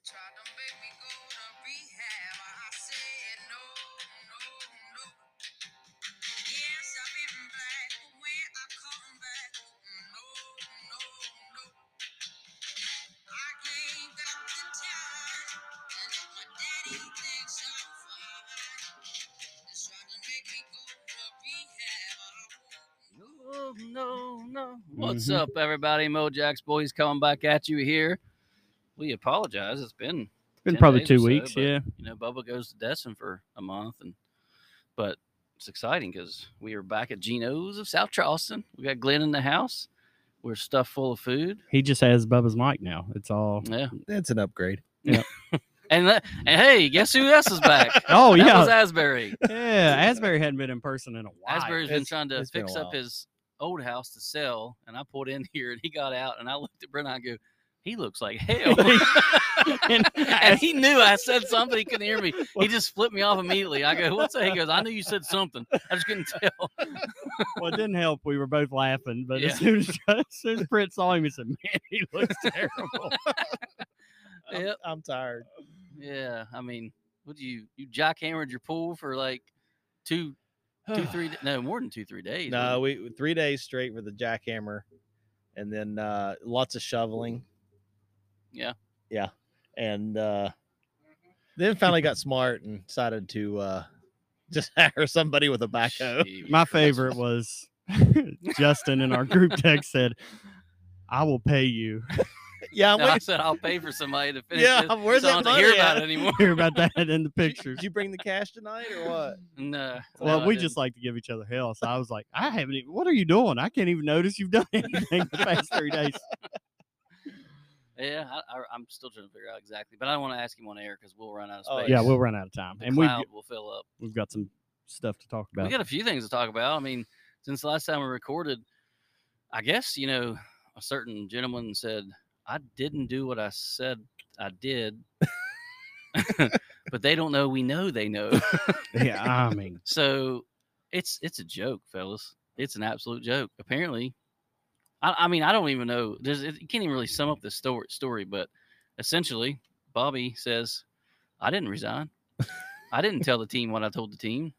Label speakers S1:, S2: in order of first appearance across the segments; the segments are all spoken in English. S1: Tried to make me go to rehab. I said no, no, no. Yes, I've been black, but when I come back, no, no, no. I came back to time, and if my daddy thinks I'm fine, he's trying to make me go to rehab. I won't. No, no, no. What's
S2: Mm-hmm.
S1: Mhm. up, everybody? Mojack's Boys coming back at you here. we apologize. It's been
S3: been
S1: 10
S3: probably
S1: days
S3: two
S1: or so,
S3: weeks,
S1: but,
S3: yeah.
S1: You know, Bubba goes to Destin for a month, and but it's exciting because we are back at Geno's of South Charleston. We got Glenn in the house. We're stuffed full of food.
S3: He just has Bubba's mic now. It's all.
S1: Yeah,
S2: That's an upgrade.
S3: Yeah.
S1: and le- and hey, guess who else is back?
S3: Oh
S1: that was
S3: yeah,
S1: Asbury.
S3: yeah. Asbury hadn't been in person in a while.
S1: Asbury's been
S2: It's-
S1: trying to
S2: it's been a
S1: fix up
S2: while.
S1: his old house to sell, and I pulled in here, and he got out, and I looked at Brent, and I go, "He looks like hell."
S3: and
S1: and
S3: As-
S1: he knew I said something. He couldn't hear me. He just flipped me off immediately. I go, "What's that?" He goes, "I knew you said something. I just couldn't tell."
S3: well, it didn't help. We were both laughing, but
S1: Yeah.
S3: as soon as, as soon as Brent saw him, he said, "Man, he looks terrible."
S2: I'm,
S1: Yep.
S2: I'm tired.
S1: Yeah. I mean, what do you you jackhammered your pool for like two, two, three? d- No, more than two, three days. wasn't
S2: no, we three days straight with the jackhammer, and then uh, lots of shoveling.
S1: it? Yeah.
S2: Yeah, and uh, then finally got smart and decided to uh, just hire somebody with a backhoe.
S1: Jeez.
S3: My favorite was Justin in our group text said, "I will pay you."
S2: Yeah,
S1: No, I
S2: wait,
S1: said I'll pay for somebody to finish
S2: yeah.
S1: this,
S2: Where's
S1: so I
S2: that
S1: don't hear
S2: money
S1: about
S2: at?
S1: it anymore.
S3: Hear about that in the
S2: Did you,
S3: pictures.
S2: did you bring the cash tonight or what?
S1: No. no,
S3: Well,
S1: I
S3: we
S1: didn't.
S3: just like to give each other hell. So I was like, I haven't even, what are you doing? I can't even notice you've done anything the past three days.
S1: Yeah, I, I, I'm still trying to figure out exactly, but I don't want to ask him on air because we'll run out of
S2: Oh,
S1: space.
S3: Yeah, we'll run out of time.
S1: The
S3: And we've,
S1: cloud will fill up.
S3: we've got some stuff to talk
S1: We
S3: about.
S1: got a few things to talk about. I mean, since the last time we recorded, I guess, you know, a certain gentleman said, I didn't do what I said I did, but they don't know we know they know.
S3: yeah, I mean,
S1: so it's it's a joke, fellas. It's an absolute joke. Apparently, I, I mean, I don't even know. There's it, you can't even really sum up the story story, but essentially, Bobby says, I didn't resign. I didn't tell the team what I told the team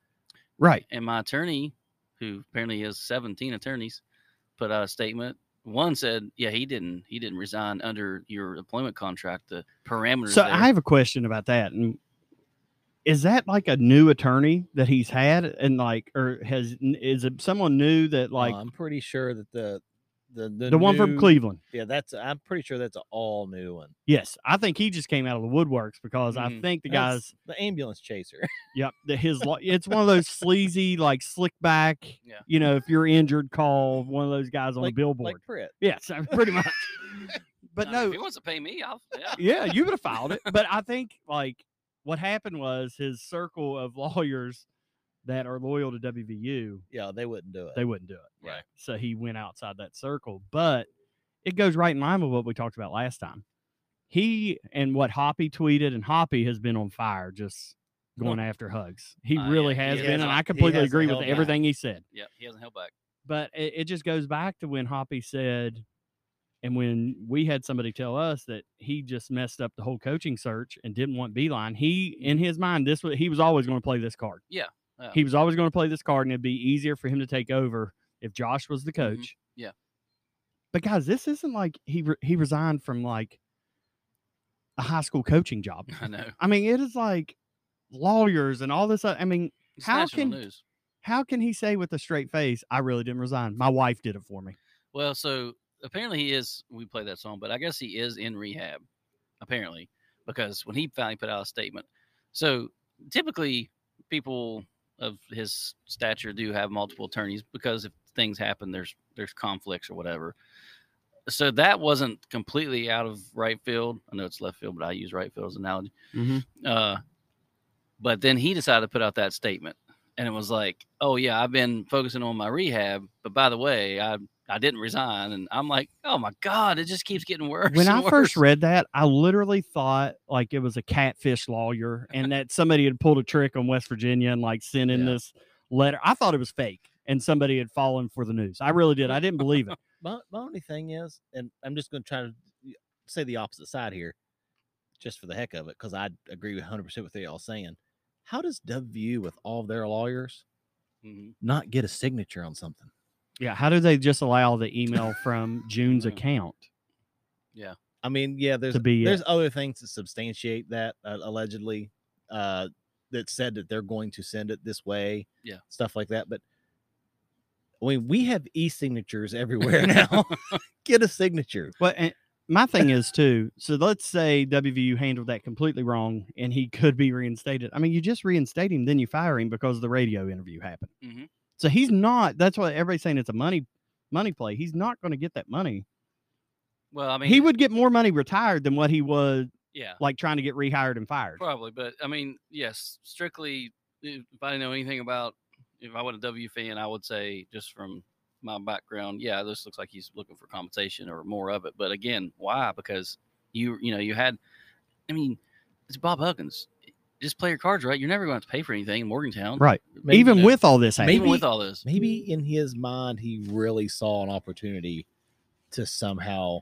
S3: right.
S1: and my attorney, who apparently has 17 attorneys, put out a statement. One said, "Yeah, he didn't. He didn't resign under your employment contract. The parameters
S3: So
S1: there."
S3: I have a question about that. And is that like a new attorney that he's had? And like, or has, is it someone new that like
S2: Uh, I'm pretty sure that the the the,
S3: the one from
S2: new-
S3: Cleveland?
S2: Yeah, that's. I'm pretty sure that's an all new one.
S3: Yes. I think he just came out of the woodworks because I
S1: Mhm.
S3: think the
S2: Mm-hmm. That's
S3: guys
S2: the ambulance chaser.
S3: Yep. The, his lo- it's one of those sleazy, like slick back.
S1: Yeah.
S3: You know, if you're injured, call one of those guys on a
S2: like
S3: billboard.
S2: like Pritt.
S3: yes, I- pretty much. But
S1: I mean, if
S3: no,
S1: he wants to pay me, I'll. Yeah.
S3: yeah, you would have filed it. But I think like what happened was his circle of lawyers that are loyal to WVU,
S2: Yeah, they wouldn't do it.
S3: they wouldn't do it.
S1: Right.
S3: So he went outside that circle. But it goes right in line with what we talked about last time. He and what Hoppy tweeted, and Hoppy has been on fire just
S2: Oh.
S3: going after hugs. He
S1: Oh, yeah.
S3: really
S1: He
S3: has
S1: has
S3: been, and
S1: not-
S3: I
S1: he
S3: completely
S2: hasn't
S3: agree with
S2: held back.
S3: everything he said.
S1: Yeah. He hasn't held back.
S3: But it, it just goes back to when Hoppy said, and when we had somebody tell us that he just messed up the whole coaching search and didn't want Beeline, he in his mind this was he was always going to play this card.
S1: Yeah. Yeah.
S3: He was always going to play this card, and it'd be easier for him to take over if Josh was the coach.
S1: Mm-hmm, Yeah.
S3: But guys, this isn't like he re- he resigned from like a high school coaching job.
S1: I know.
S3: I mean, it is like lawyers and all this. oth- I mean,
S1: It's
S3: How
S1: national
S3: can-
S1: news.
S3: how can he say with a straight face, "I really didn't resign. My wife did it for me."
S1: Well, so apparently he is. We play that song, but I guess he is in rehab. Apparently, because when he finally put out a statement, so typically people of his stature do have multiple attorneys because if things happen, there's there's conflicts or whatever. So that wasn't completely out of right field. I know it's left field, but I use right field as an analogy.
S3: Mm-hmm.
S1: Uh, but then he decided to put out that statement, and it was like, "Oh yeah, I've been focusing on my rehab, but by the way, I I didn't resign." And I'm like, "Oh my god, it just keeps getting worse."
S3: When
S1: and
S3: I first
S1: worse."
S3: read that, I literally thought like it was a catfish lawyer and that somebody had pulled a trick on West Virginia and like sent in
S1: Yeah.
S3: this letter. I thought it was fake and somebody had fallen for the news. I really did. I didn't believe it.
S2: My, my only thing is, and I'm just going to try to y- say the opposite side here. just for the heck of it, because I agree 100 percent with what y'all saying. How does WU with all their lawyers
S1: Mhm.
S2: not get a signature on something?
S3: Yeah. How do they just allow the email from June's
S1: Yeah.
S3: account?
S2: I mean, yeah, there's
S3: To be it.
S2: there's other things to substantiate that uh, allegedly uh, that said that they're going to send it this way,
S1: Yeah.
S2: stuff like that. But I mean, we have e-signatures everywhere now. get a signature.
S3: Well, and my thing is too. So let's say WVU handled that completely wrong, and he could be reinstated. I mean, you just reinstate him, then you fire him because the radio interview happened.
S1: Mhm.
S3: So he's not. That's why everybody's saying it's a money money play. He's not going to get that money.
S1: Well, I mean,
S3: he would get more money retired than what he was
S1: yeah,
S3: like trying to get rehired and fired.
S1: probably. But I mean, yes, strictly. If I didn't know anything about, if I was a W fan, I would say just from my background, yeah, this looks like he's looking for compensation or more of it. But again, why? Because you, you know, you had. I mean, it's Bob Huggins. Just play your cards right. You're never going to have to pay for anything in Morgantown.
S3: Right.
S2: Maybe-
S3: Even
S1: Yeah.
S3: with all this, happening.
S1: Even
S2: maybe-
S1: with all this,
S2: Maybe in his mind, he really saw an opportunity to somehow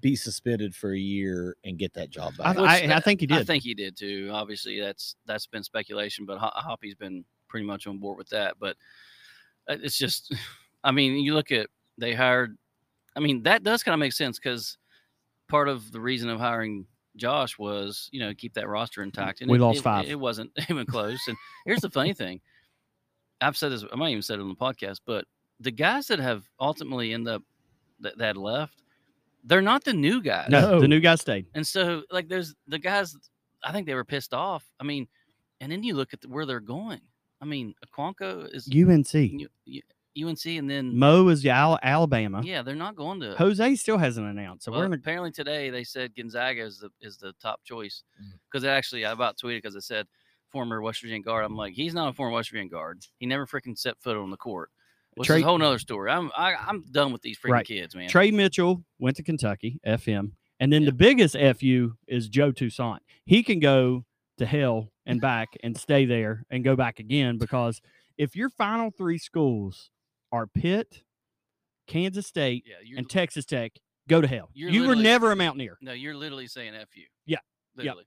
S2: be suspended for a year and get that job
S3: I,
S2: back.
S1: Which
S3: I, I
S1: that-
S3: think he did.
S1: I think he did too. Obviously, that's that's been speculation, but Ho- Hoppy's been pretty much on board with that. But uh, it's just, I mean, you look at they hired. I mean, that does kind of make sense because part of the reason of hiring Josh was, you know, keep that roster intact.
S3: We
S1: it-
S3: lost
S1: it-
S3: five.
S1: It wasn't even close. And here's the funny thing: I've said this. I might even said it on the podcast, but the guys that have ultimately end up that, that left, they're not the new guys.
S3: no,
S2: No.
S3: the new guy stayed.
S1: And so, like, there's the guys. I think they were pissed off. I mean, and then you look at the, where they're going. I mean, Aquanco is
S3: UNC.
S1: U- U- UNC, and then
S3: Mo is Al- Alabama.
S1: yeah, they're not going to.
S3: Jose still hasn't announced, so
S1: well,
S3: we're in a
S1: apparently today they said Gonzaga is the is the top choice
S2: Mm.
S1: because actually I about tweeted because I said former West Virginia guard. I'm like, he's not a former West Virginia guard. He never freaking set foot on the court. Which is
S3: Trey-
S1: a whole nother story. I'm I, I'm done with these freaking
S3: Right.
S1: kids, man.
S3: Trey Mitchell went to Kentucky, FM. And then
S1: Yeah.
S3: the biggest FU is Joe Toussaint. He can go to hell and back and stay there and go back again because if your final three schools are Pitt, Kansas State,
S1: yeah, you're
S3: and Texas Tech, go to hell.
S1: You're
S3: You were
S1: literally-
S3: never a Mountaineer.
S1: No, you're literally saying "f you."
S3: Yeah, yeah.
S1: literally.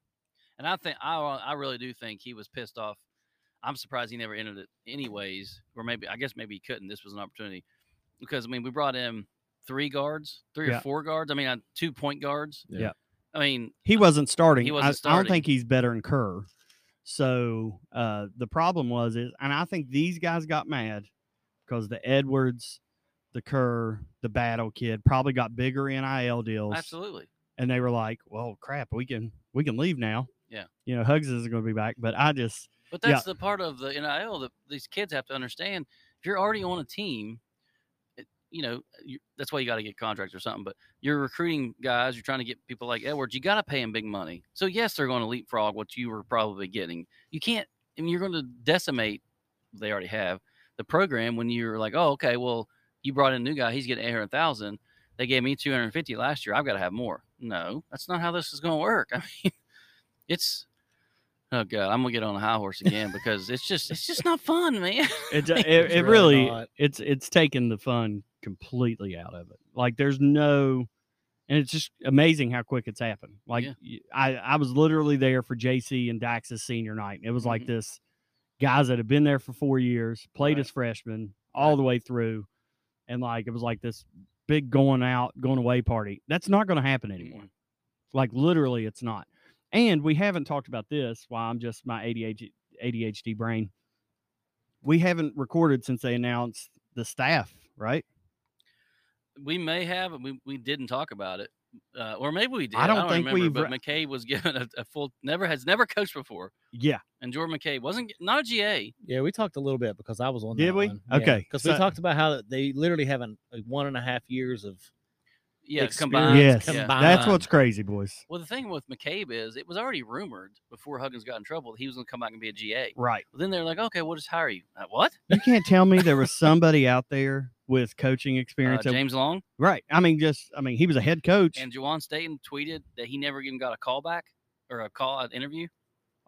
S1: And I think I uh, I really do think he was pissed off. I'm surprised he never entered it, anyways. Or maybe I guess maybe he couldn't. This was an opportunity because I mean we brought in three guards, three
S3: Yeah.
S1: or four guards. I mean uh, two point guards.
S2: Yeah.
S3: Yeah.
S1: I mean
S3: He wasn't starting.
S1: He
S3: I,
S1: wasn't
S3: I don't
S1: starting.
S3: think he's better than Kerr. So uh, the problem was is, and I think these guys got mad because the Edwards, the Kerr, the Battle Kid probably got bigger NIL deals,
S1: absolutely.
S3: and they were like, "Well, crap, we can we can leave now."
S1: Yeah.
S3: you know, Hugs isn't going to be back, but I just
S1: But
S3: Yeah.
S1: that's the part of the NIL that these kids have to understand. If you're already on a team, it, you know you, that's why you got to get contracts or something. But you're recruiting guys. You're trying to get people like Edwards. You got to pay them big money. So yes, they're going to leapfrog what you were probably getting. You can't. I mean, you're going to decimate. They already have the program when you're like, oh, okay, well, you brought in a new guy. He's getting eight hundred thousand. They gave me two hundred fifty last year. I've got to have more. No, that's not how this is going to work. I mean, it's oh god, I'm gonna get on a high horse again because it's just it's just not fun, man.
S3: it it,
S2: It's
S3: it
S2: really
S3: really
S2: not.
S3: it's it's taken the fun completely out of it. Like there's no, and it's just amazing how quick it's happened. Like
S1: Yeah.
S3: y- I I was literally there for JC and Dax's senior night, and it was like
S2: Mm-hmm.
S1: Mhm.
S3: this guys that have been there for four years, played
S1: Right.
S3: as freshmen all the way through, and like it was like this big going out going away party. That's not going to happen anymore.
S1: Mhm.
S3: Like literally, it's not. And we haven't talked about this. Why I'm just my ADHD, ADHD brain. We haven't recorded since they announced the staff, right?
S1: We may have, and we, we didn't talk about it, uh, or maybe we did.
S3: don't think
S1: remember,
S3: we've
S1: But
S3: re-
S1: McKay was given a, a full never has never coached before,
S3: Yeah.
S1: and Jordan McKay wasn't not a GA.
S2: Yeah, we talked a little bit because I was on.
S3: Did
S2: that
S3: we?
S2: one.
S3: Okay,
S2: Because
S3: so-
S2: we talked about how they literally have an, a one and a half years of
S1: Yeah,
S2: Experience
S1: combined.
S3: Yes.
S1: yeah.
S3: That's
S2: Combined.
S3: what's crazy, boys.
S1: Well, the thing with McCabe is it was already rumored before Huggins got in trouble that he was going to come back and be a GA.
S3: Right.
S1: Well, then they're like, okay, we'll just hire you. Uh, what?
S3: You can't tell me there was somebody out there with coaching
S1: Uh,
S3: experience. that-
S1: James Long
S3: right. I mean, just, I mean, he was a head coach.
S1: and Juwan Staten tweeted that he never even got a call back or a call an interview.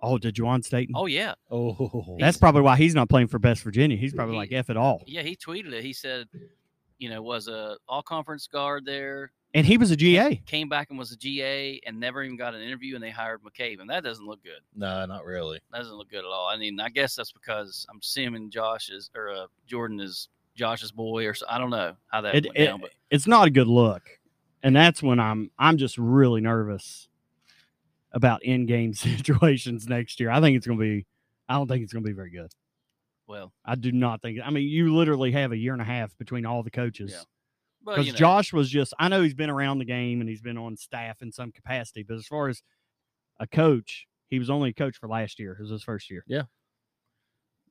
S3: oh, did Juwan Staten?
S1: Oh yeah,
S2: oh
S3: That's probably why he's not playing for Best Virginia. He's probably like,
S1: He-
S3: F it all.
S1: Yeah, he tweeted it. He said, you know, was a all conference guard there,
S3: and he was a GA.
S1: Came back and was a GA and never even got an interview, and they hired McCabe, and that doesn't look good.
S2: No, not really.
S1: That doesn't look good at all. I mean, I guess that's because I'm assuming Josh is or uh, Jordan is Josh's boy, or so, I don't know how that
S3: It-
S1: went
S3: it-
S1: down, but
S3: It's not a good look, and that's when I'm I'm just really nervous about in game situations next year. I think it's going to be. I don't think it's going to be very good.
S1: well,
S3: I do not think. I mean, you literally have a year and a half between all the coaches.
S1: Yeah. well,
S3: because
S1: you know,
S3: Josh was just I know he's been around the game and he's been on staff in some capacity, but as far as a coach, he was only a coach for last year. It was his first year.
S2: Yeah.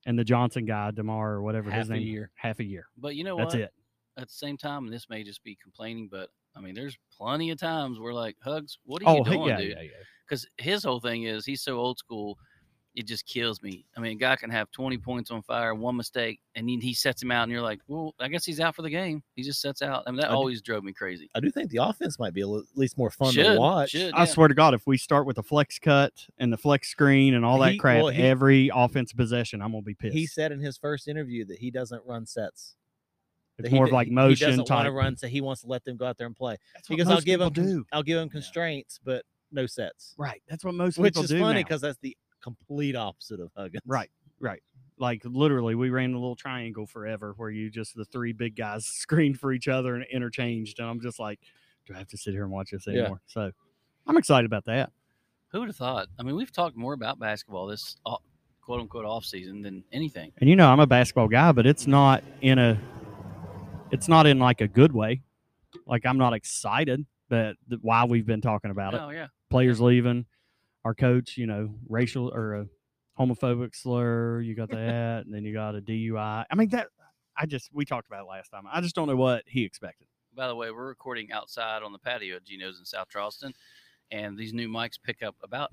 S3: And the Johnson guy, Demar or whatever his
S2: Half a
S3: name,
S2: year.
S3: half a year.
S1: but you know
S3: That's
S1: what?
S3: it.
S1: At the same time, and this may just be complaining, but I mean, there's plenty of times we're like, Hugs, what are you
S3: Oh, he-
S1: doing,
S3: yeah,
S1: dude?
S3: yeah, yeah.
S1: because his whole thing is he's so old school. It just kills me. I mean, a guy can have 20 points on fire, one mistake, and then he sets him out, and you're like, well, I guess he's out for the game. He just sets out. I mean, that
S2: I do-
S1: always drove me crazy.
S2: I do think the offense might be a li- at least more fun
S1: Should,
S2: to watch.
S1: should,
S3: I
S1: yeah.
S3: swear to God, if we start with a flex cut and the flex screen and all that
S2: He-
S3: crap,
S2: well, he-
S3: every offensive possession, I'm gonna be pissed.
S2: He said in his first interview that he doesn't run sets.
S3: it's
S2: that
S3: more
S2: he,
S3: of like
S2: he
S3: motion
S2: doesn't want
S3: type.
S2: to run, so he wants to let them go out there and play.
S3: That's what
S2: Because I'll
S3: most
S2: give
S3: people
S2: him, con-
S3: do
S2: I'll give him constraints, but no sets,
S3: right. That's what most
S2: which
S3: people
S2: is
S3: do
S2: funny
S3: now.
S2: because that's the complete opposite of Huggins.
S3: Right, right. Like literally, we ran a little triangle forever where you just the three big guys screened for each other and interchanged. And I'm just like, do I have to sit here and watch this
S2: Yeah.
S3: anymore? So I'm excited about that.
S1: Who would have thought? I mean, we've talked more about basketball this uh, quote unquote off season than anything.
S3: And you know, I'm a basketball guy, but it's not in a, it's not in like a good way. Like I'm not excited, but th- why we've been talking about it,
S1: Oh yeah,
S3: players leaving, our coach, you know, racial or a homophobic slur. You got that, and then you got a DUI. I mean that. I just we talked about it last time. I just don't know what he expected.
S1: By the way, we're recording outside on the patio at Gino's in South Charleston, and these new mics pick up about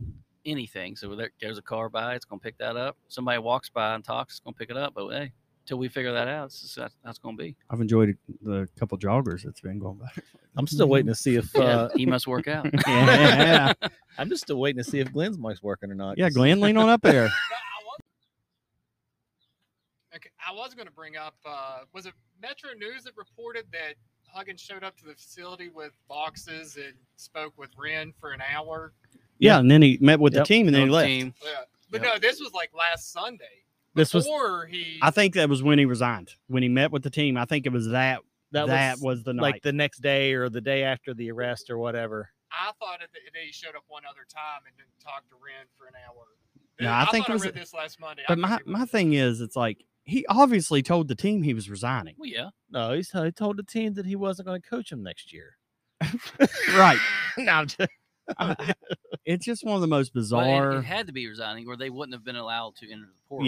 S1: anything. So there goes a car by, it's going to pick that up. Somebody walks by and talks, it's going to pick it up. But hey, till we figure that out, it's just, that's, that's going to be.
S3: I've enjoyed the couple joggers that's been going by.
S2: I'm still waiting to see if
S1: Yeah,
S2: uh,
S1: he must work out.
S3: yeah,
S2: I'm just still waiting to see if Glenn's mic's working or not.
S3: yeah,
S2: 'cause
S3: Glenn, lean on up there.
S4: I was, okay, I was going to bring up uh, was it Metro News that reported that Huggins showed up to the facility with boxes and spoke with Wren for an hour?
S3: Yeah, and then he met with
S2: Yep.
S3: the team, and then he
S1: Another
S3: left.
S1: team.
S4: Yeah. But
S1: Yep.
S4: no, this was like last Sunday.
S3: This was,
S4: before he.
S3: I think, that was when he resigned. When he met with the team, I think it was that.
S2: that,
S3: That,
S2: was,
S3: was, the night.
S2: like the next day or the day after the arrest or whatever.
S4: I thought that he showed up one other time and then talked to Wren for an hour.
S3: No, I think
S4: thought
S3: it was-
S4: I read this last Monday. I
S3: but
S4: could
S3: my
S4: be
S3: my
S4: wrong.
S3: thing is, it's like he obviously told the team he was resigning.
S1: Well, yeah.
S2: No, he's, he told the team that he wasn't going to coach him next year.
S3: Right. Ah,
S2: no, I'm just,
S3: I- it's just one of the most
S1: But it-
S3: bizarre.
S1: it, had to be resigning, or they wouldn't have been allowed to enter the portal.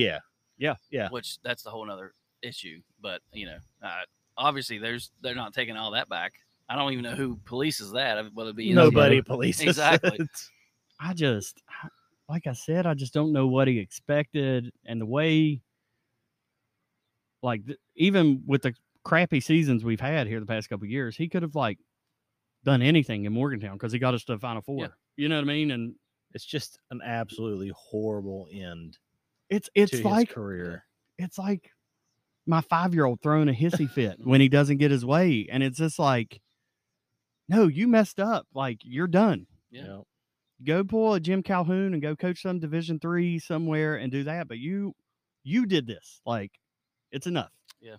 S2: yeah,
S1: Which that's the whole other issue. But you know, uh, obviously there's they're not taking all that back. I don't even know who polices that. Whether it be NCAA
S2: nobody police
S1: Exactly.
S3: I just, I- like I said, I just don't know what he expected and the way, like, th- even with the crappy seasons we've had here the past couple years, he could have, like, done anything in Morgantown because he got us to the Final Four.
S1: Yeah.
S3: You know what I mean? And
S2: It's just an absolutely horrible end
S3: it's, it's
S2: to
S3: like,
S2: his career.
S3: it's like my five year old throwing a hissy fit when he doesn't get his way. And it's just like, no, you messed up. Like, you're done.
S1: Yeah.
S2: you know?
S3: go pull a Jim Calhoun and go coach some Division three somewhere and do that. But you, you did this. Like, it's enough.
S1: Yeah.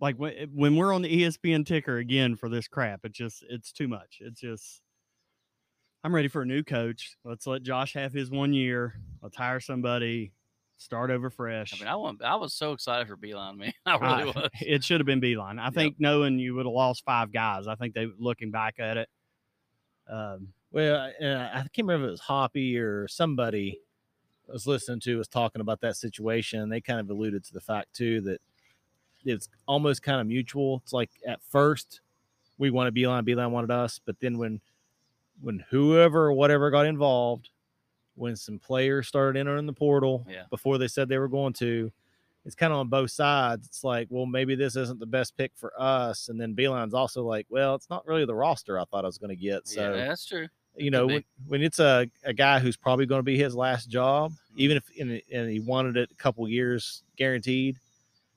S3: Like when when we're on the E ESPN ticker again for this crap, it just it's too much. It's just. I'm ready for a new coach. Let's let Josh have his one year. Let's hire somebody. Start over fresh.
S1: I mean, I want. I was so excited for Beeline, man. I really
S3: I-
S1: was.
S3: It should have been Beeline. I think knowing you would have lost five guys. I think they looking back at it. Um,
S2: Well, uh, I can't remember if it was Hoppy or somebody I was listening to was talking about that situation. and They kind of alluded to the fact too that it's almost kind of mutual. It's like at first we wanted Beeline, Beeline wanted us, but then when when whoever or whatever got involved, when some players started entering the portal
S1: Yeah.
S2: before they said they were going to, it's kind of on both sides. It's like, well, maybe this isn't the best pick for us. And then Beeline's also like, well, it's not really the roster I thought I was going to get. So
S1: yeah, that's true.
S2: you
S1: could
S2: know
S1: be.
S2: when, when it's a, a guy who's probably going to be his last job even if and, and he wanted it a couple years guaranteed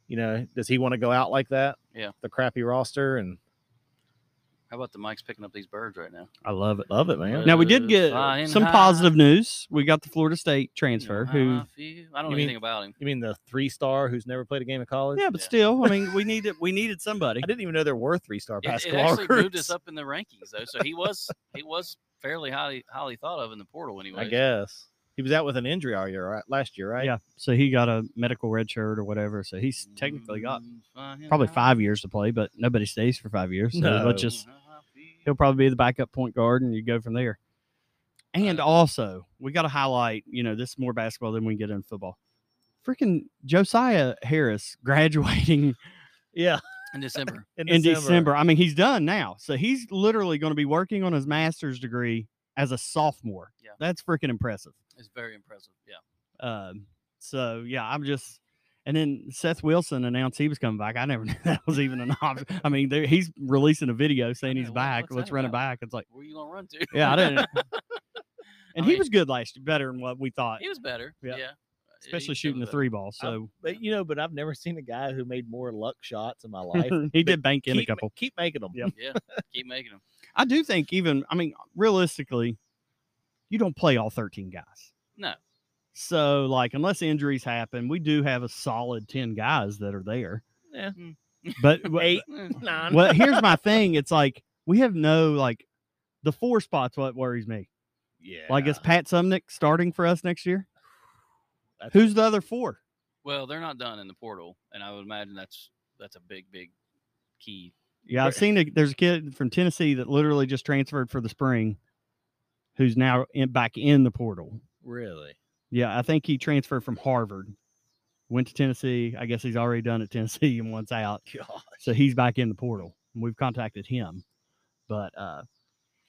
S2: you know does he want to go out like that
S1: Yeah.
S2: the crappy roster and
S1: How about the mic's picking up these birds right now?
S3: I love it.
S2: Love it, man.
S3: Now we did get
S1: Flying
S3: some
S1: high.
S3: positive news. We got the Florida State transfer
S1: You know
S3: who
S1: how I, feel? I don't
S2: You
S1: know
S2: mean-
S1: anything about him.
S2: You mean the three star who's never played a game of college?
S3: Yeah, but
S1: Yeah.
S3: still, I mean, we needed we needed somebody.
S2: I didn't even know there were three star
S1: It, it
S2: basketball
S1: actually moved us
S2: recruits.
S1: up in the rankings though, so he was he was fairly highly highly thought of in the portal anyway.
S2: I guess he was out with an injury all year, right? Last year, right?
S3: Yeah, so he got a medical red shirt or whatever. So he's technically got
S1: Mm,
S3: probably five years to play, but nobody stays for five years. So
S2: No.
S3: let's just he'll probably be the backup point guard, and you go from there. And
S1: Right.
S3: also, we got to highlight. You know, this is more basketball than we get in football. Freaking Josiah Harris graduating
S2: Yeah.
S1: in December.
S3: in December. I mean, he's done now. So he's literally going to be working on his master's degree as a sophomore.
S1: Yeah.
S3: That's freaking impressive.
S1: It's very impressive. Yeah.
S3: Um, so yeah, I'm just. And then Seth Wilson announced he was coming back. I never knew that was even an option. I mean, there, he's releasing a video saying
S1: Yeah,
S3: he's
S1: what-
S3: back.
S1: what's
S3: Let's
S1: that
S3: run it
S1: about?
S3: back. It's like,
S1: Where you gonna run to?
S3: yeah, I didn't. And
S1: I
S3: he
S1: mean-
S3: was good last year, better than what we thought,
S1: He was better.
S3: Yeah.
S1: Yeah.
S3: especially shooting the three ball. So
S2: But you know, but I've never seen a guy who made more luck shots in my life.
S3: he
S2: but
S3: did bank in a
S2: keep ma-
S3: couple.
S2: Keep making them.
S3: Yep.
S1: Yeah. Keep making them.
S3: I do think even I mean realistically, you don't play all 13 guys.
S1: No.
S3: So like unless injuries happen, we do have a solid 10 guys that are there.
S2: Yeah.
S1: Mm.
S3: But
S2: Eight,
S1: Eh,
S2: nine.
S3: well, here's my thing. It's like we have no like the four spots what worries me.
S2: Yeah.
S3: Like is Pat Sumnick starting for us next year?
S2: That's-
S3: Who's the other four?
S1: Well, they're not done in the portal, and I would imagine that's that's a big, big key.
S3: Yeah, I've seen a, there's a kid from Tennessee that literally just transferred for the spring who's now in, back in the portal.
S2: really?
S3: Yeah, I think he transferred from Harvard, went to Tennessee. I guess he's already done at Tennessee and once out.
S2: God.
S3: So he's back in the portal. and We've contacted him. But uh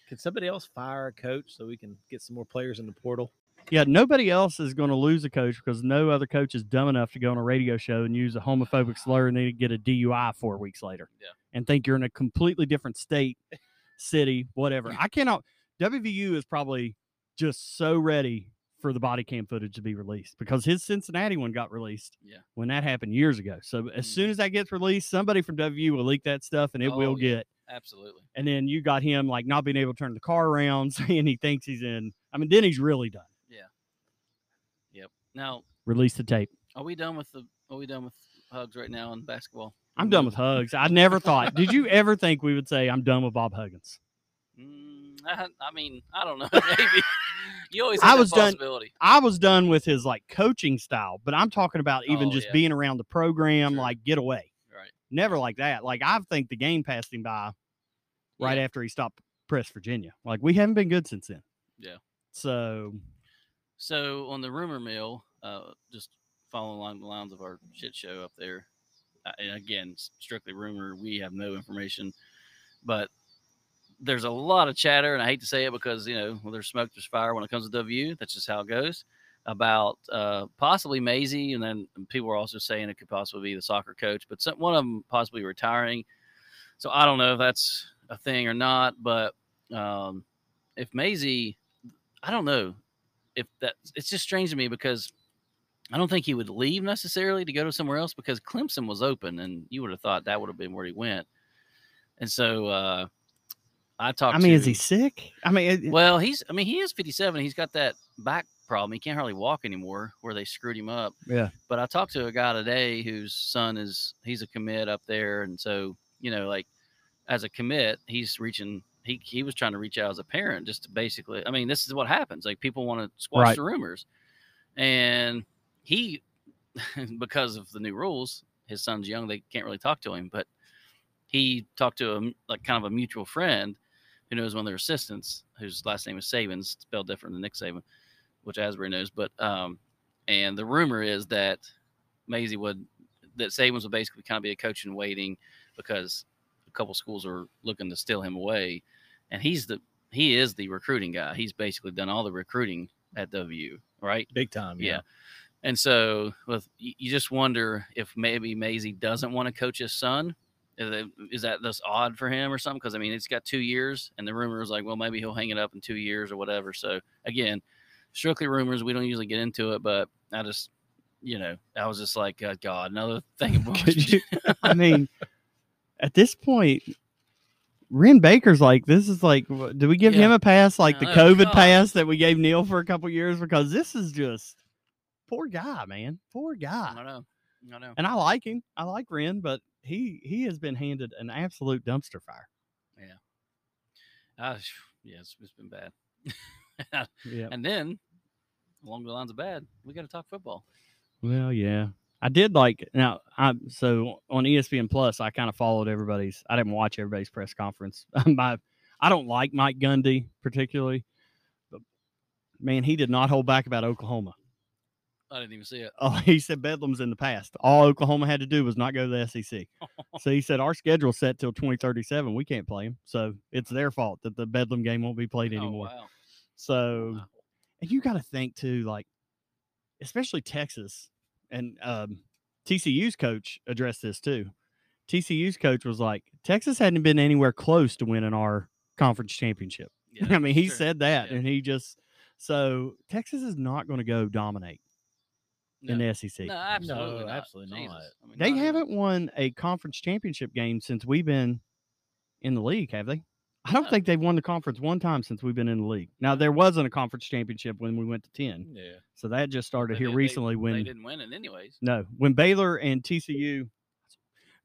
S2: Could somebody else fire a coach so we can get some more players in the portal?
S3: yeah, nobody else is going to lose a coach because no other coach is dumb enough to go on a radio show and use a homophobic slur and then get a DUI four weeks later.
S1: Yeah.
S3: And think you're in a completely different state, city, whatever. I cannot WVU is probably just so ready for the body cam footage to be released because his Cincinnati one got released.
S1: Yeah.
S3: When that happened years ago. So as soon as that gets released, somebody from WVU will leak that stuff and it
S1: Mm. Oh,
S3: will
S1: yeah.
S3: get
S1: Absolutely.
S3: and then you got him like not being able to turn the car around saying he thinks he's in. I mean, then he's really done.
S1: Now,
S3: Release the tape.
S1: are we done with the? Are we done with hugs right now in basketball?
S3: I'm done with hugs. I never thought. Did you ever think we would say I'm done with Bob Huggins?
S1: Mm, I, I mean, I don't know. Maybe you always.
S3: I
S1: Have I
S3: was
S1: was
S3: done-
S1: possibility.
S3: I was done with his like coaching style, but I'm talking about even
S1: Oh,
S3: just
S1: yeah.
S3: being around the program,
S1: Sure.
S3: like get away.
S1: Right.
S3: Never like that. Like I think the game passed him by right
S1: Yeah.
S3: after he stopped Press Virginia. Like we haven't been good since then.
S1: Yeah.
S3: So
S1: So on the rumor mill, uh, just following along the lines of our shit show up there, uh, and again, s- strictly rumor. We have no information, but there's a lot of chatter, and I hate to say it because you know, well, there's smoke, there's fire. When it comes to W, that's just how it goes. About uh, possibly Maisie, and then people are also saying it could possibly be the soccer coach, but some, one of them possibly retiring. So I don't know if that's a thing or not, but um, if Maisie, I don't know if that it's just strange to me because I don't think he would leave necessarily to go to somewhere else because Clemson was open and you would have thought that would have been where he went. And so uh I talked
S3: I mean, is
S1: to-
S3: he sick? I mean, it,
S1: Well, he's I mean, he is 57. He's got that back problem. He can't hardly walk anymore where they screwed him up.
S3: Yeah.
S1: But I talked to a guy today whose son is he's a commit up there and so, you know, like as a commit, he's reaching he, he was trying to reach out as a parent just to basically I mean, this is what happens. Like people want to squash
S3: Right.
S1: the rumors. And he because of the new rules, his son's young, they can't really talk to him, but he talked to a m- like kind of a mutual friend who knows one of their assistants, whose last name is Saban, spelled different than Nick Saban, which Asbury knows. But um, and the rumor is that Maisie would that Saban's would basically kind of be a coach in waiting because a couple schools are looking to steal him away, and he's the he is the recruiting guy. He's basically done all the recruiting at W, right?
S2: Big time.
S1: Yeah. And so with you you just wonder if maybe Maisie doesn't want to coach his son. Is that- Is that this odd for him or something? Because I mean, it's got two years, and the rumor is like, well, maybe he'll hang it up in two years or whatever. So again, strictly rumors. We don't usually get into it, but I just, you know, I was just like, uh, God, another thing. of West
S3: Could you- I mean, at this point, Ren Baker's like, this is like, wh- do we give
S1: Yeah.
S3: him a pass like the
S1: Oh,
S3: COVID
S1: God.
S3: pass that we gave Neil for a couple years? Because this is just poor guy, man, poor guy.
S1: I don't know. I don't know.
S3: And I like him. I like Ren, but he he has been handed an absolute dumpster fire.
S1: Uh, yeah, it's, it's been bad.
S3: Yeah.
S1: and then, along the lines of bad, we got to talk football.
S3: Well, yeah. I did like now. I so on E ESPN Plus, I kind of followed everybody's. I didn't watch everybody's press conference. My, I don't like Mike Gundy particularly, but man, he did not hold back about Oklahoma.
S1: I didn't even see it.
S3: Oh, he said Bedlam's in the past. All Oklahoma had to do was not go to the SEC. so he said our schedule's set till 2037. We can't play them, so it's their fault that the Bedlam game won't be played
S1: Oh,
S3: anymore.
S1: wow.
S3: So
S1: Wow.
S3: and you got to think too, like especially Texas and um, TCU's coach addressed this too. TCU's coach was like, Texas hadn't been anywhere close to winning our conference championship.
S1: Yeah,
S3: I mean, he
S1: sure.
S3: said that,
S1: Yeah.
S3: and he just so Texas is not going to go dominate in
S1: No.
S3: the SEC.
S1: No, absolutely
S2: No,
S1: not.
S2: absolutely
S1: Jesus.
S2: not.
S1: I mean,
S3: They
S1: not even-
S3: haven't won a conference championship game since we've been in the league, have they? I don't
S1: No.
S3: think they've won the conference one time since we've been in the league. Now there wasn't a conference championship when we went to ten.
S2: Yeah.
S3: So that just started
S1: They
S3: here
S1: did- they-
S3: recently
S1: They
S3: when
S1: didn't win it anyways.
S3: no when Baylor and TCU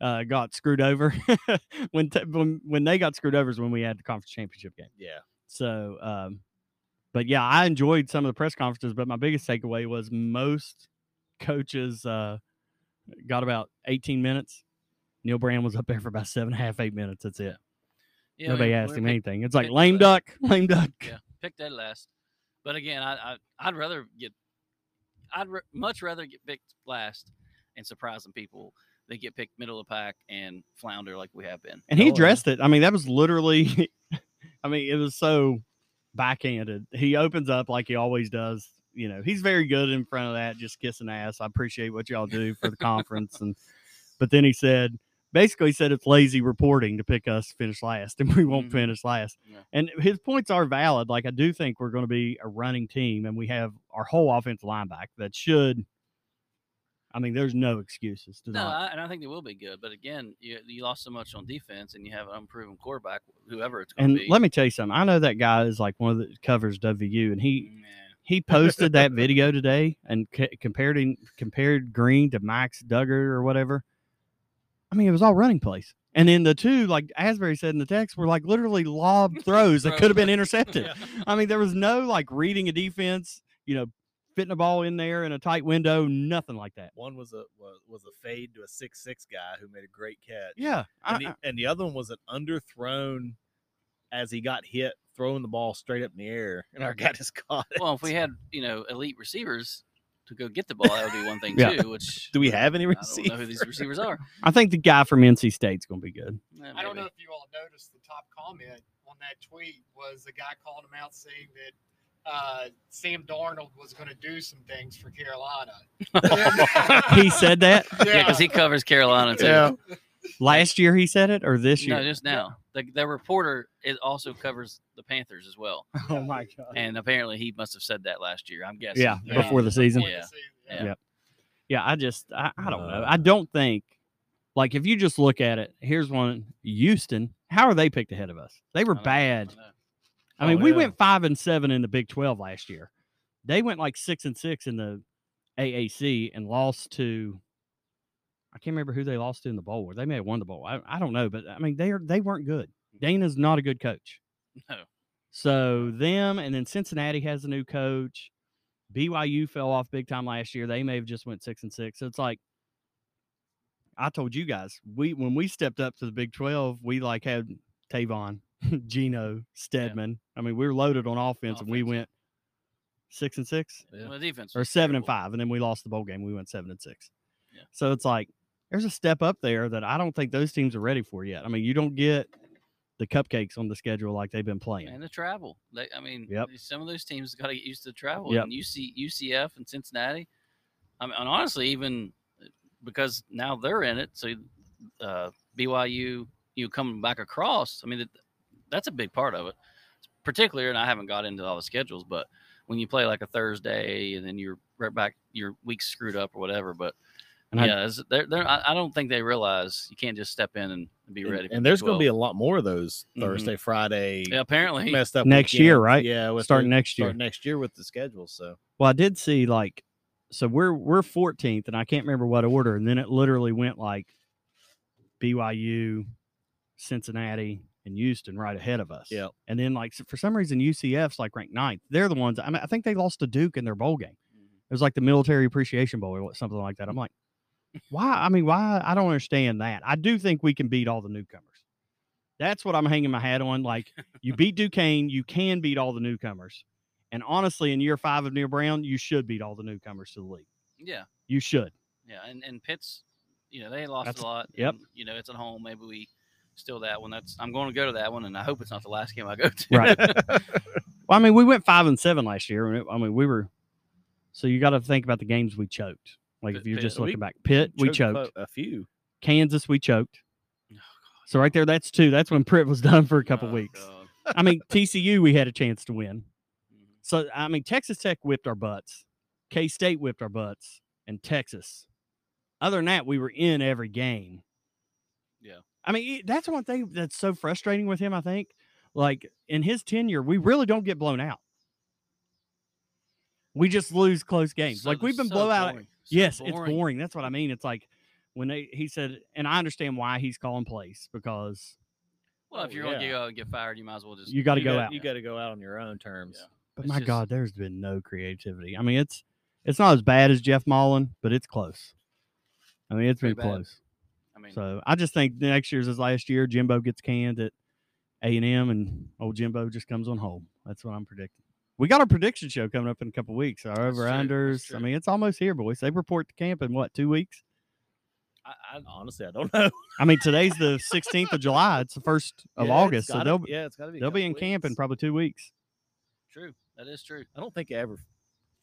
S3: uh, got screwed over when, t- when when they got screwed over is when we had the conference championship game.
S2: Yeah.
S3: So, um, but yeah, I enjoyed some of the press conferences, but my biggest takeaway was most coaches uh, got about 18 minutes. Neil Brand was up there for about seven and a half, eight minutes. That's it.
S1: Yeah,
S3: Nobody
S1: we-
S3: asked
S1: we're
S3: him
S1: pick-
S3: anything. It's like
S1: picked
S3: lame
S1: last.
S3: duck, lame duck.
S1: Yeah, pick that last. But again, I, I I'd rather get I'd r- much rather get picked last and surprise some people than get picked middle of the pack and flounder like we have been.
S3: And he
S2: Oh, yeah.
S3: addressed it. I mean, that was literally, I mean, it was so backhanded. He opens up like he always does. You know, he's very good in front of that, just kissing ass. I appreciate what y'all do for the conference. And, but then he said, basically said it's lazy reporting to pick us to finish last and we won't
S1: Mhm.
S3: finish last.
S1: Yeah.
S3: And his points are valid. Like, I do think we're going to be a running team and we have our whole offensive line back that should, I mean, there's no excuses to
S1: No,
S3: not.
S1: I, and I think they will be good. But again, you, you lost so much on defense, and you have an unproven quarterback, whoever it's going
S3: And
S1: to be.
S3: let me tell you something. I know that guy is like one of the covers WU, and he
S1: Nah.
S3: he posted that video today and c- compared him compared Green to Max Duggar or whatever. I mean, it was all running plays. And then the two, like Asbury said in the text, were like literally lob throws that could have been intercepted. I mean, there was no like reading a defense, you know, fitting a ball in there in a tight window, nothing like that.
S2: One was a was, was a fade to a six six guy who made a great catch.
S3: Yeah. I,
S2: And, the, and the other one was an underthrown as he got hit, throwing the ball straight up in the air, and our guy just caught it.
S1: Well, if we had you know elite receivers to go get the ball, that would be one thing
S3: Yeah.
S1: too. Which
S2: Do we have any
S1: I don't know who these
S2: receiver?
S1: receivers are.
S3: I think the guy from NC State's going to be good.
S1: Eh,
S4: I don't know
S1: maybe.
S4: if you all noticed the top comment on that tweet was a guy calling him out saying that uh, Sam Darnold was going to do some things for Carolina.
S3: He said that
S1: Yeah, because he covers Carolina too.
S2: Yeah.
S3: last year. He said it or this year.
S1: No, just now. The, the reporter it also covers the Panthers as well,
S3: Oh my god.
S1: and apparently he must have said that last year. I'm guessing.
S3: Yeah,
S4: Yeah.
S3: before the season.
S4: Before the
S1: Yeah.
S4: season,
S1: Yeah.
S3: Yeah, I just I, I don't know.
S2: Uh.
S3: I don't think like if you just look at it, here's one Houston. How are they picked ahead of us? They were
S1: I know, I
S3: bad.
S1: know.
S3: I, mean,
S2: Oh,
S3: we
S2: yeah.
S3: went five and seven in the Big Twelve last year. They went like six and six in the AAC and lost to I can't remember who they lost to in the bowl or they may have won the bowl. I, I don't know, but I mean they are they weren't good. Dana's not a good coach.
S1: No.
S3: So them and then Cincinnati has a new coach. BYU fell off big time last year. They may have just went six and six. So it's like I told you guys, we when we stepped up to the Big Twelve, we like had Tavon, Gino, Stedman. I mean, we were loaded on offense, and we
S1: Offense.
S3: went six and six
S1: Well, the defense
S3: or
S1: was
S3: seven and
S1: terrible.
S3: five, and then we lost the bowl game. We went seven and six.
S1: Yeah.
S3: So it's like there's a step up there that I don't think those teams are ready for yet. I mean, you don't get the cupcakes on the schedule like they've been playing.
S1: And the travel. They, I mean,
S3: Yep.
S1: some of those teams got to get used to the travel.
S3: Yep.
S1: And UC, UCF and Cincinnati. I mean, and honestly, even uh, because now they're in it, so uh, BYU, you coming back across. I mean, that, that's a big part of it. Particularly, and I haven't got into all the schedules, but when you play like a Thursday and then you're right back, your week's screwed up or whatever. But
S3: And I-
S1: yeah, it's- they're, they're, I, I don't think they realize you can't just step in and be
S2: And-
S1: ready.
S2: And, there's going to be a lot more of those
S1: Mhm.
S2: Thursday, Friday,
S1: yeah, apparently.
S2: messed up
S3: Next year,
S2: weekends.
S3: right?
S2: Yeah, with
S3: starting
S2: the,
S3: next year.
S2: starting next year with the schedule. So
S3: Well, I did see like so we're we're 14th, and I can't remember what order, and then it literally went like BYU, Cincinnati, and Houston right ahead of us.
S2: Yep.
S3: And then like s- for some reason UCF's like ranked ninth. They're the ones. I mean, I think they lost to Duke in their bowl game.
S2: Mm-hmm.
S3: It was like the Military Appreciation Bowl or what- something like that. I'm like, why? I mean, why? I don't understand that. I do think we can beat all the newcomers. That's what I'm hanging my hat on. Like, you beat Duquesne, you can beat all the newcomers. And honestly, in year five of Neil Brown, you should beat all the newcomers to the league.
S1: Yeah,
S3: You should.
S1: yeah, and and Pitts, you know, they lost
S3: That's-
S1: a lot.
S3: yep.
S1: and, you know, it's at home. Maybe we steal that one. That's I'm going to go to that one, and I hope it's not the last game I go to.
S3: Right. Well, I mean, we went five and seven last year. and it- I mean, we were. So you got to think about the games we choked. Like
S1: Pitt-
S3: if you're
S1: Pitt-
S3: just
S2: we
S3: looking back, Pitt, we
S2: Choked
S3: choked.
S2: a few.
S3: Kansas, we choked.
S1: Oh, God.
S3: So right there, that's two. That's when Pritt was done for a couple
S1: Oh,
S3: weeks.
S1: God.
S3: I mean, TCU, we had a chance to win.
S1: Mhm.
S3: So I mean, Texas Tech whipped our butts. K State whipped our butts, and Texas. Other than that, we were in every game.
S1: Yeah.
S3: I mean, it- that's one thing that's so frustrating with him. I think, like in his tenure, we really don't get blown out. We just lose close games.
S1: So-
S3: like we've been
S1: so
S3: blowout.
S1: boring, so
S3: Yes, it's boring. That's what I mean. It's like when they he said, and I understand why he's calling plays because
S1: Well, if
S2: Oh,
S1: you're going to
S2: yeah.
S1: get, uh, get fired, you might as well just
S3: You gotta
S2: You
S3: go
S2: got-
S3: out.
S2: You got to go out on your own terms.
S3: But
S1: It's
S3: my
S1: just-
S3: God, there's been no creativity. I mean, it's it's not as bad as Jeff Mullen, but it's close. I mean, it's been
S1: Pretty bad.
S3: close.
S1: I mean,
S3: So I just think the next year's his last year. Jimbo gets canned at A and M, and old Jimbo just comes on home. That's what I'm predicting. We got our prediction show coming up in a couple weeks. Our
S1: true,
S3: over
S1: that's
S3: unders. I
S1: true.
S3: mean, it's almost here, boys. They report to camp in what two weeks?
S1: I, I,
S2: Honestly, I don't know.
S3: I mean, today's the 16th of July. It's the first of
S2: Yeah, it's
S3: August, so
S2: gotta-
S3: they'll be
S2: yeah, it's gotta be a
S3: they'll be in
S2: couple
S3: camp in
S2: weeks.
S3: probably two weeks.
S1: true. That is true.
S2: I don't think I ever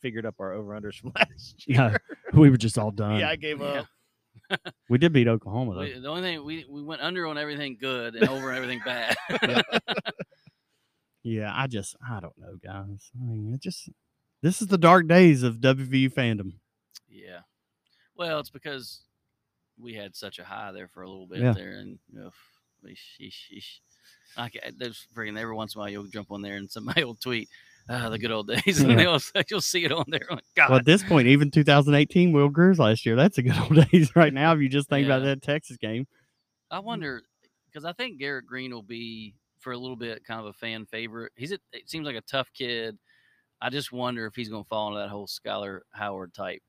S2: figured up our over unders from last year.
S3: No, we were just all done.
S2: yeah, I gave
S1: Yeah.
S2: up.
S3: we did beat Oklahoma though.
S1: We, the only thing we, we went under on everything good and over on everything bad.
S3: Yeah, I just I don't know, guys. I mean, it just this is the dark days of WVU fandom.
S1: yeah. Well, it's because we had such a high there for a little bit
S3: Yeah.
S1: there, and ugh, eesh, eesh, eesh. Like I- there's freaking every once in a while you'll jump on there and somebody will tweet, "Ah, the good old days," and
S3: Yeah.
S1: they'll say- you'll see it on there. Like, God,
S3: Well, at this point, even 2018 Will Greer's last year, that's a good old days right now. If you just think about
S1: Yeah.
S3: that Texas game,
S1: I wonder because I think Garrett Green will be for a little bit kind of a fan favorite. He's a, it seems like a tough kid. I just wonder if he's going to fall into that whole Skylar Howard type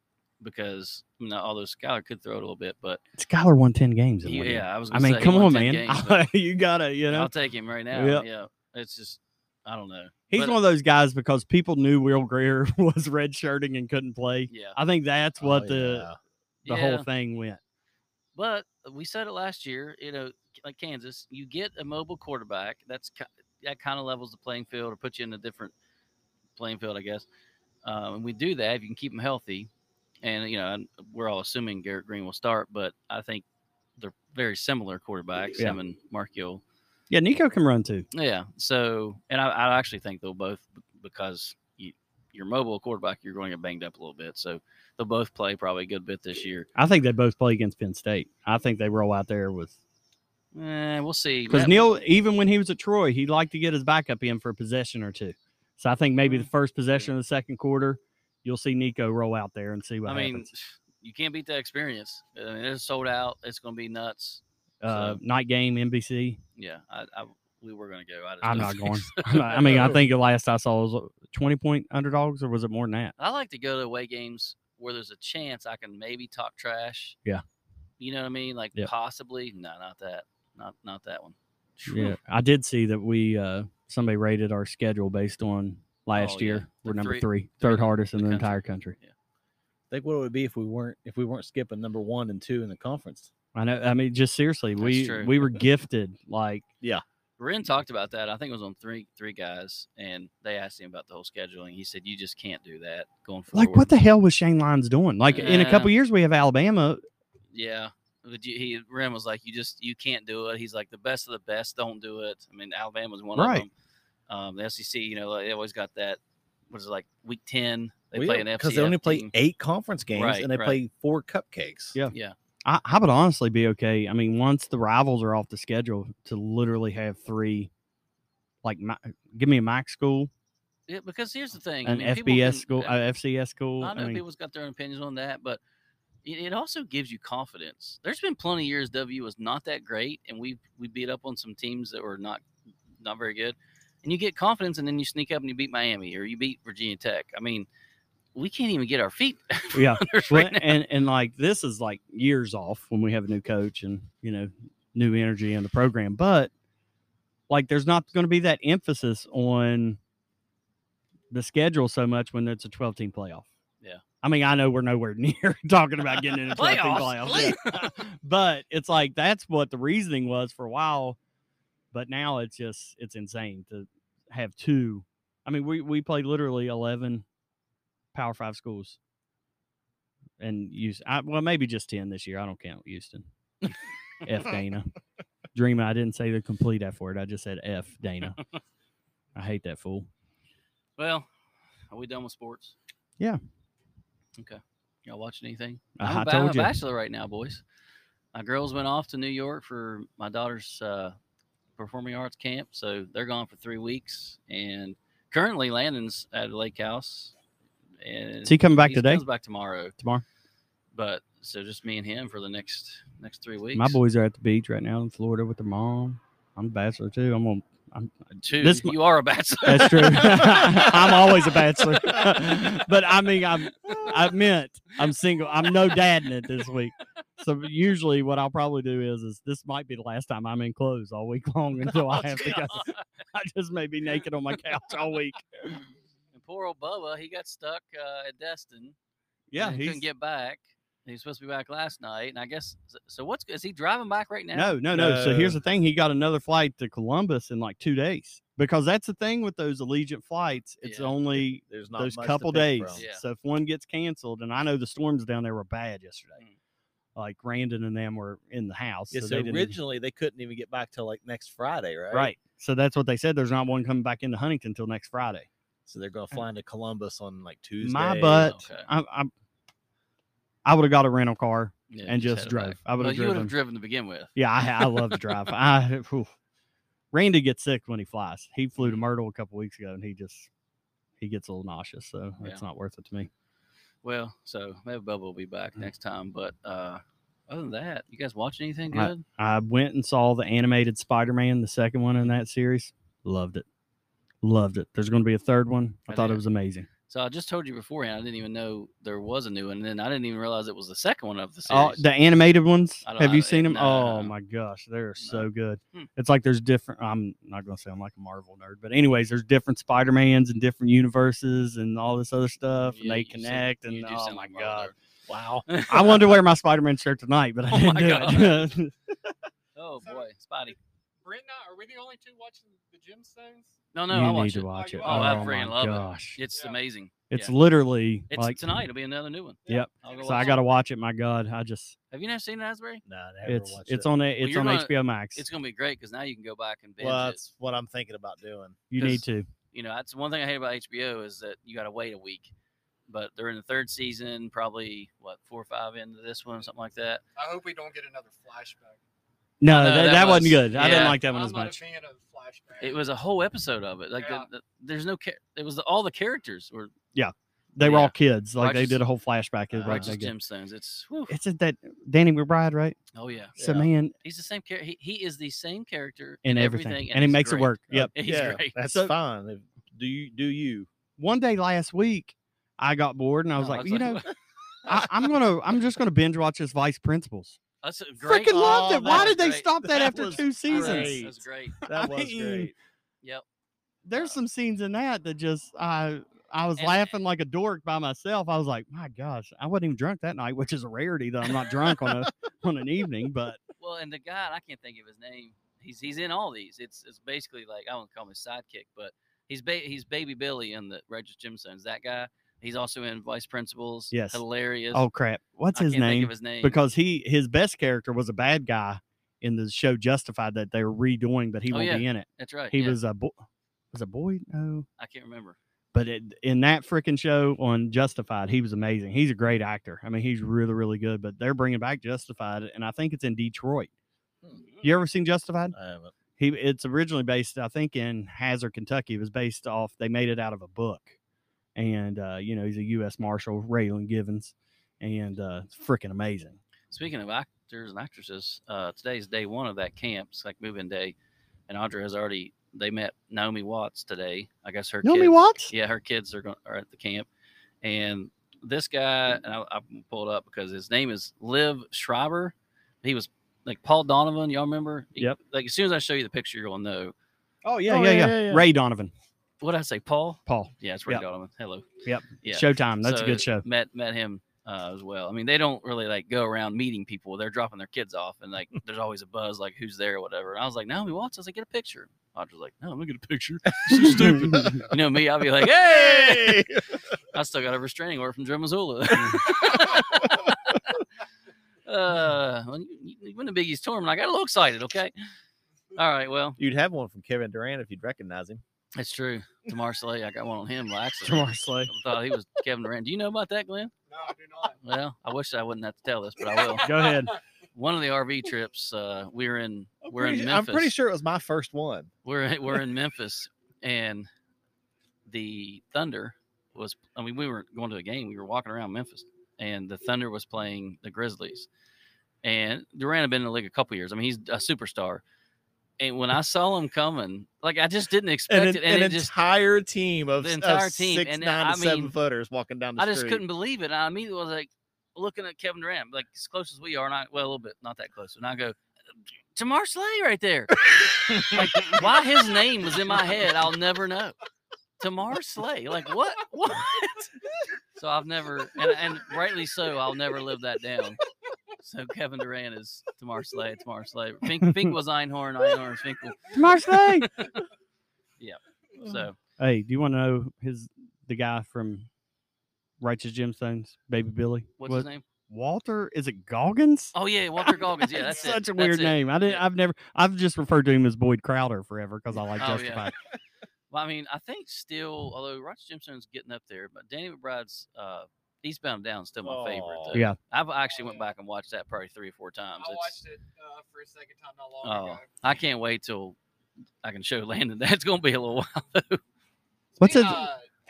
S1: because I mean, although Skylar could throw it a little bit, but
S3: Skyler won 10 games. In
S1: he-
S3: one year.
S1: yeah, I was.
S3: I
S1: Gonna
S3: mean,
S1: say he
S3: come
S1: won
S3: on,
S1: 10
S3: man.
S1: games, but
S3: you gotta, you know,
S1: I'll take him right now.
S3: Yeah.
S1: Yeah, it's just I don't know.
S3: he's
S1: but-
S3: one of those guys because people knew Will Greer was redshirting and couldn't play.
S1: Yeah,
S3: I think that's what
S2: Oh,
S3: the
S1: yeah.
S3: the whole thing went.
S1: But we said it last year, you know, like Kansas, you get a mobile quarterback. That's ki- that kind of levels the playing field or puts you in a different playing field, I guess. Um, and we do that if you can keep them healthy. And you know, and we're all assuming Garrett Green will start, but I think they're very similar quarterbacks,
S3: Yeah.
S1: him and Mark Gill.
S3: Yeah, Nico can run too.
S1: Yeah. So, and I, I actually think they'll both because you, your mobile quarterback, you're going to get banged up a little bit. So they'll both play probably a good bit this year.
S3: I think they both play against Penn State. I think they roll out there with
S1: Eh, we'll see.
S3: Because
S1: That-
S3: Neil, even when he was at Troy, he liked to get his backup in for a possession or two. So I think
S1: Mm-hmm.
S3: maybe the first possession of the second quarter, you'll see Nico roll out there and see what
S1: I mean,
S3: happens.
S1: you can't beat that experience. I mean, it's sold out. It's going to be nuts.
S3: Uh,
S1: so-
S3: Night game, NBC.
S1: Yeah, I, I we were going to go. I just
S3: I'm
S1: don't
S3: not
S1: think
S3: going.
S1: so.
S3: I'm not- I mean, I think the last I saw was uh, 20 point underdogs, or was it more than that?
S1: I like to go to away games where there's a chance I can maybe talk trash.
S3: Yeah.
S1: You know what I mean? Like
S3: Yep.
S1: possibly. No, not that. Not not that one. Phew.
S3: Yeah, I did see that we uh, somebody rated our schedule based on last
S1: Oh, yeah,
S3: year.
S1: the
S3: We're number
S1: three-
S3: three,
S1: three
S3: third hardest in
S1: in
S3: the
S1: the
S3: entire country.
S2: Think what it would be if we weren't if we weren't skipping number one and two in the conference.
S3: I know. I mean, just seriously,
S1: That's
S3: we
S1: true.
S3: we were gifted like
S1: Ren talked about that. I think it was on three three guys, and they asked him about the whole scheduling. He said, "You just can't do that going forward."
S3: like what the hell was Shane Lyons doing? Like in a
S1: Yeah.
S3: couple years, we have Alabama
S1: Yeah. But you, he Rim was like, you just you can't do it. He's like, the best of the best don't do it. I mean, Alabama's one
S3: Right.
S1: E of them. Um, the SEC, you know, they always got that. What is it like week ten? They play an FCS
S2: because they only play
S1: team.
S2: eight conference games
S1: Right,
S2: and they
S1: right.
S2: play four cupcakes.
S3: Yeah.
S1: Yeah,
S3: I, I would honestly be okay. I mean, once the rivals are off the schedule, to literally have three, like, my, give me a Mac school,
S1: yeah. Because here's the thing:
S3: an
S1: I mean, people
S3: FBS
S1: can-
S3: school,
S1: uh,
S3: uh, FCS school.
S1: I know
S3: I mean,
S1: people's got their own opinions on that, but it, it also gives you confidence. There's been plenty of years W was not that great, and we we beat up on some teams that were not not very good, and you get confidence, and then you sneak up and you beat Miami or you beat Virginia Tech. I mean, we can't even get our feet.
S3: Yeah.
S1: under us
S3: Well,
S1: right now.
S3: and and like this is like years off when we have a new coach and you know new energy in the program, but like there's not going to be that emphasis on the schedule so much when it's a 12 team playoff.
S1: Yeah.
S3: I mean, I know we're nowhere near talking about getting in a 12 team
S1: Playoffs?
S3: playoff, yeah. but it's like that's what the reasoning was for a while, but now it's just it's insane to have two. I mean, we we played literally 11 Power 5 schools and use I, well maybe just 10 this year i don't count houston f dana dream i didn't say the complete f word i just said f dana i hate that fool
S1: Well, are we done with sports?
S3: Yeah.
S1: Okay. Y'all watching anything?
S3: I-
S1: I'm
S3: I
S1: a ba-
S3: told
S1: I'm a
S3: you.
S1: bachelor right now, boys. My girls went off to New York for my daughter's uh, performing arts camp, so they're gone for three weeks. And currently, Landon's at a lake house. And
S3: is he coming back
S1: he's-
S3: today
S1: Comes back tomorrow,
S3: tomorrow
S1: but so just me and him for the next next three weeks.
S3: my boys are at the beach right now in florida with their mom i'm a bachelor too i'm on I'm,
S1: Two.
S3: this mo-
S1: you are a bachelor.
S3: that's true i'm always a bachelor but i mean i'm i meant i'm single i'm no dadding it this week so usually what i'll probably do is is this might be the last time i'm in clothes all week long until
S1: Oh,
S3: i have to go I just may be naked on my couch all week.
S1: And poor old Bubba, he got stuck uh, at Destin.
S3: Yeah,
S1: and he
S3: he's
S1: couldn't get back. He was supposed to be back last night, and I guess so- so. What's is he driving back right now?
S3: no, no, no, So here's
S2: No.
S3: the thing: he got another flight to Columbus in like two days because that's the thing with those Allegiant flights. It's
S1: Yeah.
S3: only
S2: There's not
S3: those
S2: much to
S3: couple
S2: pick
S3: days.
S2: from.
S1: Yeah.
S3: So if one gets canceled, and I know the storms down there were bad yesterday,
S1: Mm.
S3: like Randon and them were in the house.
S2: Yeah,
S3: so
S2: so
S3: they didn't-
S2: originally they couldn't even get back till like next Friday, right?
S3: right? So that's what they said. There's not one coming back into Huntington until next Friday.
S2: So they're going to fly into Columbus on like Tuesday.
S3: My butt.
S1: Oh, Okay.
S3: I, I, I would have got a rental car.
S1: Yeah,
S3: and just
S1: had it back.
S3: drove. I would've
S1: Well, you would
S3: driven.
S1: have driven to begin with.
S3: Yeah, I, I love to drive. I whew. Randy gets sick when he flies. He flew
S2: Mm.
S3: to Myrtle a couple weeks ago, and he just he gets a little nauseous, so it's not worth it to me.
S1: Well, so maybe Bubba will be back
S3: Mm.
S1: next time. But uh, other than that, you guys watch anything
S3: I-
S1: good?
S3: I went and saw the animated Spider-Man, the second one in that series. Loved it, loved it. There's going to be a third one. I
S1: I
S3: thought it
S1: did.
S3: was amazing.
S1: so I just told you beforehand. I didn't even know there was a new one, and then I didn't even realize it was the second one of the series.
S3: Oh, the animated ones.
S1: I don't-
S3: Have
S1: I
S3: you
S1: don't-
S3: seen them?
S1: no,
S3: oh
S1: no.
S3: my gosh, they're so good.
S1: Hmm.
S3: It's like there's different. I'm not going to say I'm like a Marvel nerd, but anyways, there's different Spider Mans and different universes and all this other stuff, and
S1: You-
S3: they
S1: you sound-
S3: connect.
S1: you
S3: and
S1: do
S3: oh
S1: sound
S3: my
S1: like a
S3: god,
S1: Marvel
S2: Wow.
S1: nerd.
S3: I wanted to wear my Spider Man shirt tonight, but I
S1: Oh
S3: didn't
S1: my
S3: do it.
S1: oh boy, Spotty.
S4: Brent and I, are we the only two watching the gemstones?
S1: No, no,
S3: you
S1: I
S3: need
S1: watch
S3: to
S1: it.
S3: watch
S4: Oh, you
S3: it. Oh,
S4: are.
S1: I
S3: my
S1: freaking love it.
S3: gosh.
S1: It's
S4: Yeah.
S1: amazing.
S3: It's
S1: yeah.
S3: literally
S1: It's
S3: like
S1: tonight. It'll be another new one.
S3: Yep.
S1: I'll go
S3: So
S1: watch
S3: I
S1: it.
S3: got to watch it. My God, I just
S1: Have you never seen Asbury?
S2: No, I never
S3: it's
S2: watched
S3: it's
S2: it.
S3: on it.
S1: Well,
S3: It's
S1: you're
S3: on
S1: gonna-
S3: HBO Max.
S1: It's gonna be great because now you can go back and binge
S2: Well,
S1: it.
S2: that's what I'm thinking about doing.
S3: you need to.
S1: you know that's one thing I hate about HBO is that you got to wait a week. But they're in the third season, probably what four or five into this one, something like that.
S4: I hope we don't get another flashback.
S3: No,
S1: no,
S3: that,
S1: that
S3: that, wasn't
S1: was-
S3: good. I didn't
S1: yeah.
S3: like that one
S4: I'm
S3: as
S4: not
S3: much.
S4: a fan of flashback.
S1: It was a whole episode of it. Like
S4: Yeah.
S1: the, the, there's no, char- it was the, all the characters were
S3: They were
S1: yeah.
S3: all kids. Like they
S1: Righteous-
S3: did a whole flashback.
S1: uh,
S3: Is right.
S1: righteous gemstones. It's whew.
S3: It's just that Danny McBride, right?
S1: oh yeah,
S3: So
S2: Yeah.
S3: man,
S1: he's the same character. He, he is the same character
S3: in
S1: in
S3: everything, and,
S1: he's
S3: it makes
S1: great. Uh,
S3: it work. Yep.
S1: He's
S2: yeah,
S1: great.
S2: that's
S3: So-
S2: fine. If- Do you do you?
S3: One day last week, I got bored and I was
S1: No,
S3: like, you know,
S1: what-
S3: I, I'm gonna, I'm just gonna binge watch this Vice Principals.
S1: that's a great.
S3: Freaking loved
S2: Oh,
S3: it.
S2: that
S3: Why
S1: was
S3: did they
S1: great.
S3: stop that,
S2: That
S3: after
S2: was
S3: two seasons?
S2: great.
S1: That's great.
S3: I
S2: That was
S3: mean,
S2: great.
S1: Yep.
S3: There's some scenes in that that just I I was
S1: Uh, And-
S3: laughing like a dork by myself. I was like, my gosh, I wasn't even drunk that night, which is a rarity that I'm not drunk on a on an evening. But
S1: Well, and the guy I can't think of his name. He's he's in all these. It's it's basically like I don't call him his sidekick, but he's ba- he's Baby Billy in the Righteous Gemstones. That guy. He's also in Vice Principals.
S3: Yes.
S1: hilarious.
S3: oh crap, what's
S1: I
S3: his
S1: can't Think
S3: name?
S1: of his name
S3: Because he his best character was a bad guy in the show Justified that they were redoing, but he
S1: Oh,
S3: won't
S1: yeah.
S3: be in it.
S1: that's right.
S3: He
S1: yeah,
S3: was a boy. Was a boy? No,
S1: I can't remember.
S3: But it, in that freaking show on Justified, he was amazing. He's a great actor. I mean, he's really, really good. But they're bringing back Justified, and I think it's in Detroit.
S1: Hmm.
S3: You ever seen Justified?
S2: I haven't.
S3: He it's originally based, I think, in Hazard, Kentucky. It was based off. They made it out of a book, and uh, you know he's a U.S. Marshal, Raylan Givens, and uh, it's freaking amazing.
S1: Speaking of actors and actresses, uh, today's day one of that camp. It's like moving day, and Audra has already they met Naomi Watts today. I guess her
S3: Naomi
S1: kids,
S3: Watts.
S1: Yeah, her kids are going are at the camp, and this guy and I, I pulled up because his name is Liv Schreiber. He was like Paul Donovan. Y'all remember? He-
S3: Yep.
S1: like as soon as I show you the picture, you'll know.
S2: Oh
S3: Yeah, yeah, yeah, Ray Donovan,
S1: What did I say, Paul?
S3: Paul,
S1: Yeah, it's Ray
S3: Yep.
S1: Donovan. Hello. Yeah.
S3: Showtime. That's a good
S1: So,
S3: show.
S1: Met met him uh, as well. I mean, they don't really like go around meeting people. They're dropping their kids off, and like there's always a buzz, like who's there or whatever. And I was like, Naomi Watts. I was like, get a picture. Audra's like, no, I'm gonna get a picture. She's stupid. you know me, I'll be like, hey,
S2: Hey!
S1: I still got a restraining order from Joe Missoula. uh, when you, you win the Big East tournament, I got a little excited. Okay. All right. Well,
S2: You'd have one from Kevin Durant if you'd recognize him.
S1: it's true. Tamar Slay, I got one on him by accident.
S3: Jamar Slay.
S1: I thought he was Kevin Durant. Do you know about that, Glenn?
S4: No, I do not.
S1: Well, I wish I wouldn't have to tell this, but I will.
S3: Go ahead.
S1: One of the RV trips, uh, we we're in
S2: I'm
S1: we're in
S2: pretty-
S1: Memphis.
S2: I'm pretty sure it was my first one.
S1: we're we're in Memphis, and the Thunder was. I mean, we were going to a game. We were walking around Memphis, and the Thunder was playing the Grizzlies. And Durant had been in the league a couple years. I mean, he's a superstar. And when I saw him coming, like I just didn't expect
S2: An,
S1: it, and
S2: an
S1: it just
S2: entire team of,
S1: the
S2: s- of
S1: entire team,
S2: six,
S1: and uh,
S2: nine,
S1: I
S2: to seven
S1: mean,
S2: footers walking down the
S1: I
S2: street.
S1: just couldn't believe it. I immediately was like looking at Kevin Durant, like as close as we are, and I well a little bit, not that close. And I go, Jamar Slay right there. like why his name was in my head, I'll never know. Tamar Slay, like what? What? So I've never, and, and rightly so, I'll never live that down. So Kevin Durant is Tamar Slay, Tamar Slay. Fink, Fink was Einhorn, Einhorn, Finkel.
S3: Jamar Slay.
S1: So
S3: Hey, do you want to know his the guy from Righteous Gemstones, Baby Billy?
S1: Mm-hmm. what's
S3: What-
S1: his name?
S3: Walter? Is it Goggins?
S1: Oh yeah, Walter Goggins. Yeah, that's
S3: It's
S1: it.
S3: such a
S1: That's
S3: weird
S1: it.
S3: name. I didn't.
S1: Yeah.
S3: I've never. I've just referred to him as Boyd Crowder forever because I like
S1: Oh, yeah.
S3: Justified.
S1: Well, I mean, I think still, although Roger Gemstone's getting up there, but Danny McBride's uh, Eastbound and Down is still my favorite.
S2: Aw.
S1: Though.
S3: Yeah.
S1: I've actually went
S4: yeah.
S1: back and watched that probably three or four
S4: I
S1: times. um, It's,
S4: watched it uh, for a second time not long
S1: oh,
S4: ago.
S1: I can't wait till I can show Landon. That's gonna be a little while.
S3: What's
S4: Speaking
S3: his-
S4: of, Uh,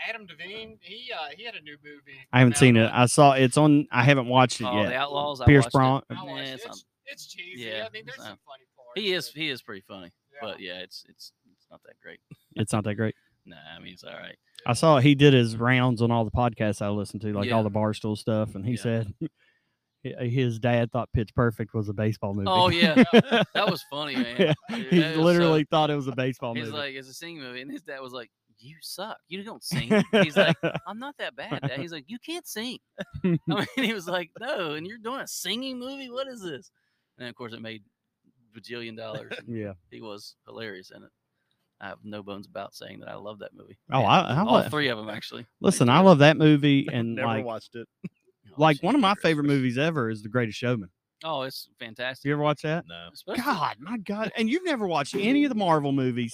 S4: Adam Devine. He uh, he had a new movie.
S3: I haven't
S4: come
S3: seen
S4: out.
S3: it. I saw it's on. I haven't watched it
S1: Oh,
S3: yet.
S1: the Outlaws. I
S3: Pierce
S1: watched it.
S3: Brown.
S4: I watched
S1: Nah,
S4: it.
S1: it's
S4: it's, it's cheesy.
S1: yeah,
S4: I mean, there's
S1: it's
S4: some
S1: not-
S4: funny parts.
S1: He is
S4: but,
S1: he is pretty funny,
S4: yeah.
S1: but yeah, it's it's it's not that great.
S3: It's not that great.
S1: Nah, I mean it's all right.
S3: I saw he did his rounds on all the podcasts I listened to, like
S1: Yeah.
S3: all the barstool stuff, and he
S1: Yeah.
S3: said hi- his dad thought Pitch Perfect was a baseball movie.
S1: Oh yeah, that was funny, man.
S3: Yeah,
S1: Dude,
S3: he
S1: that was so-
S3: literally thought it was a baseball
S1: He's
S3: movie.
S1: like, it's a singing movie, and his dad was like, "You suck. You don't sing." He's like, "I'm not that bad." Dad. He's like, "You can't sing." I mean, he was like, "No," and you're doing a singing movie. What is this? And of course, it made bajillion dollars. and
S3: yeah.
S1: he was hilarious in it. I have no bones about saying that I love that movie.
S3: Oh,
S1: Yeah.
S3: I, I
S1: all
S3: love.
S1: three of them actually.
S3: Listen, I love that movie, and
S2: Never
S3: like,
S2: watched it.
S1: Oh,
S3: like
S1: it's
S3: one of my
S1: humorous.
S3: favorite movies ever is The Greatest Showman.
S1: Oh, it's fantastic.
S3: You ever watch that?
S2: No.
S1: Especially-
S3: God, my God. And you've never watched any of the Marvel movies.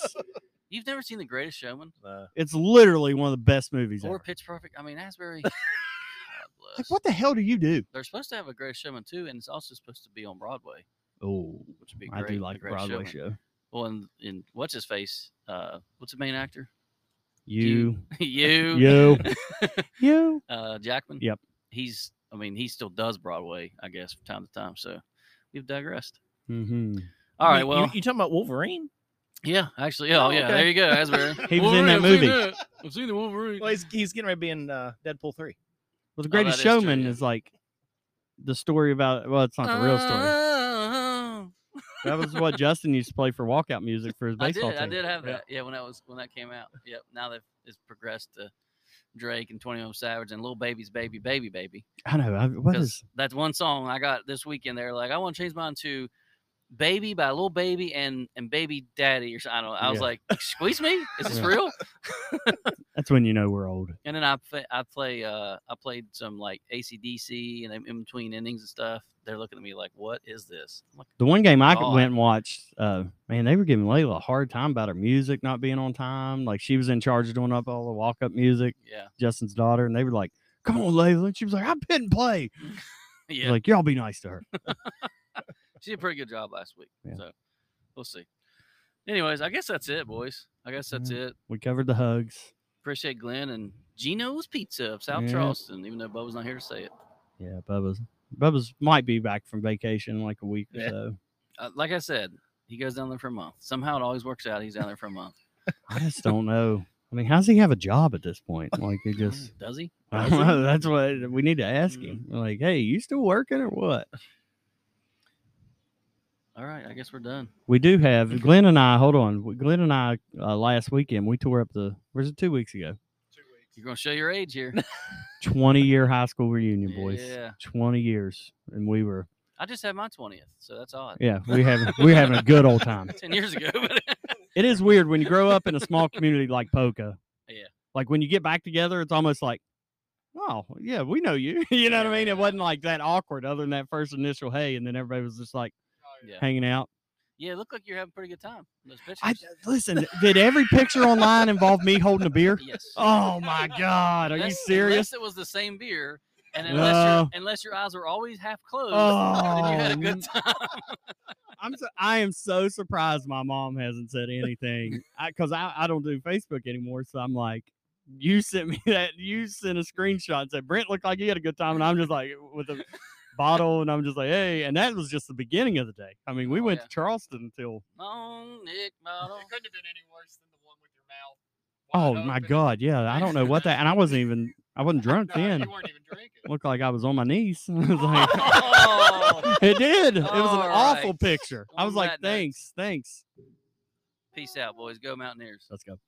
S1: you've never seen The Greatest Showman
S2: No.
S3: It's literally one of the best movies
S1: or
S3: ever.
S1: Pitch Perfect. I mean, Asbury.
S3: Like, what the hell do you do?
S1: They're supposed to have a Greatest Showman too, and it's also supposed to be on Broadway,
S3: Oh,
S1: which would be
S3: I
S1: great.
S3: do
S1: The
S3: like the
S1: Greatest
S3: Broadway
S1: Showman.
S3: show.
S1: Well, and, and what's his face? Uh, what's the main actor?
S3: You,
S1: you.
S3: you, you.
S1: uh, Jackman.
S3: Yep.
S1: He's. I mean, he still does Broadway, I guess, from time to time. So we've digressed.
S3: Mm-hmm.
S1: All right.
S2: You-
S1: Well,
S2: you, you talking about Wolverine?
S1: yeah. Actually, oh,
S2: Oh,
S1: yeah.
S2: okay.
S1: There you go. Asbury.
S3: He was in that movie.
S1: I've seen the Wolverine.
S2: Well, he's, he's getting ready to be in uh, Deadpool three.
S1: Oh,
S3: Well, the
S1: that
S3: Greatest
S1: is true,
S3: Showman
S1: yeah.
S3: is like the story about. Well, it's not the real
S1: Uh.
S3: story.
S1: story.
S3: That was what Justin used to play for walkout music for his
S1: I
S3: baseball
S1: did. I
S3: team.
S1: did have
S3: Yeah.
S1: that. Yeah, when that was when that came out. Yep. Now they've it's progressed to Drake and Twenty One Savage and Little Baby's Baby Baby Baby.
S3: I know. I, what
S1: because
S3: is?
S1: that's one song I got this weekend. They're like, I want to change mine to baby by little baby and and baby daddy or something. I don't know. I was
S3: Yeah.
S1: like, squeeze me? Is this
S3: Yeah.
S1: real?
S3: That's when you know we're old.
S1: And then I fa- I play uh I played some like ACDC and in in between innings and stuff. They're looking at me like, what is this? I'm like,
S3: The one game I
S1: God.
S3: went and watched, uh, man, they were giving Layla a hard time about her music not being on time. Like she was in charge of doing up all the walk up music,
S1: yeah,
S3: Justin's daughter, and they were like, "Come on, Layla," and she was like, "I didn't play." I was
S1: yeah.
S3: Like y'all be nice to her.
S1: she did a pretty good job last week.
S3: Yeah.
S1: So we'll see. Anyways, I guess that's it, boys. I guess that's it.
S3: We covered the hugs.
S1: Appreciate Glenn and Gino's Pizza of South
S3: Yeah.
S1: Charleston, even though Bubba's not here to say it.
S3: Yeah, Bubba's Bubba's might be back from vacation in like a week or
S2: Yeah.
S3: so.
S1: Uh, like I said, he goes down there for a month. Somehow it always works out. He's down there for a month.
S3: I just don't know. I mean, how does he have a job at this point? Like he just
S1: Mm, does he? Does
S3: I don't
S1: he?
S3: know. That's what we need to ask
S1: Mm.
S3: him. Like, hey, you still working or what?
S1: All right, I guess we're done.
S3: We do have Glenn and I. Hold on, w- Glenn and I uh, last weekend we tore up the. Was it two weeks ago?
S4: Two weeks.
S1: You're gonna show your age here.
S3: Twenty year high school reunion, boys.
S1: Yeah.
S3: Twenty years, and we were
S1: I just had my twentieth, so that's odd.
S3: yeah we having we having a good old time.
S1: Ten years ago, but
S3: It is weird when you grow up in a small community like Poca.
S1: Yeah.
S3: Like when you get back together, it's almost like, oh yeah, we know you. you know what I mean? It wasn't like that awkward, other than that first initial hey, and then everybody was just like
S4: Oh,
S1: yeah.
S3: hanging out.
S1: yeah, it looked like you're having a pretty good time. in Those pictures.
S3: I listen. Did every picture online involve me holding a beer?
S1: yes.
S3: Oh my God, are you
S1: Unless-
S3: serious?
S1: Unless it was the same beer, and unless your
S3: No.
S1: unless your eyes were always half closed, then you had a
S3: Oh,
S1: good time.
S3: I'm so, I am so surprised my mom hasn't said anything because I, I, don't do Facebook anymore. So I'm like, you sent me that. You sent a screenshot and said Brent looked like he had a good time, and I'm just like with a bottle, and I'm just like, hey. And that was just the beginning of the day. I mean, we
S1: Oh,
S3: went
S1: yeah.
S3: to Charleston until
S1: Long neck model.
S4: It couldn't have been any worse than the one with your mouth.
S3: oh
S4: wide
S3: my
S4: open.
S3: god, yeah. I don't know what that, and I wasn't even I wasn't drunk
S4: No,
S3: then.
S4: You weren't even drinking.
S3: Looked like I was on my knees. I was like-
S1: Oh,
S3: it did. It was an
S1: All
S3: awful
S1: right.
S3: picture. I
S1: On
S3: was like,
S1: that note.
S3: thanks, thanks.
S1: peace out, boys. Go Mountaineers.
S3: Let's go.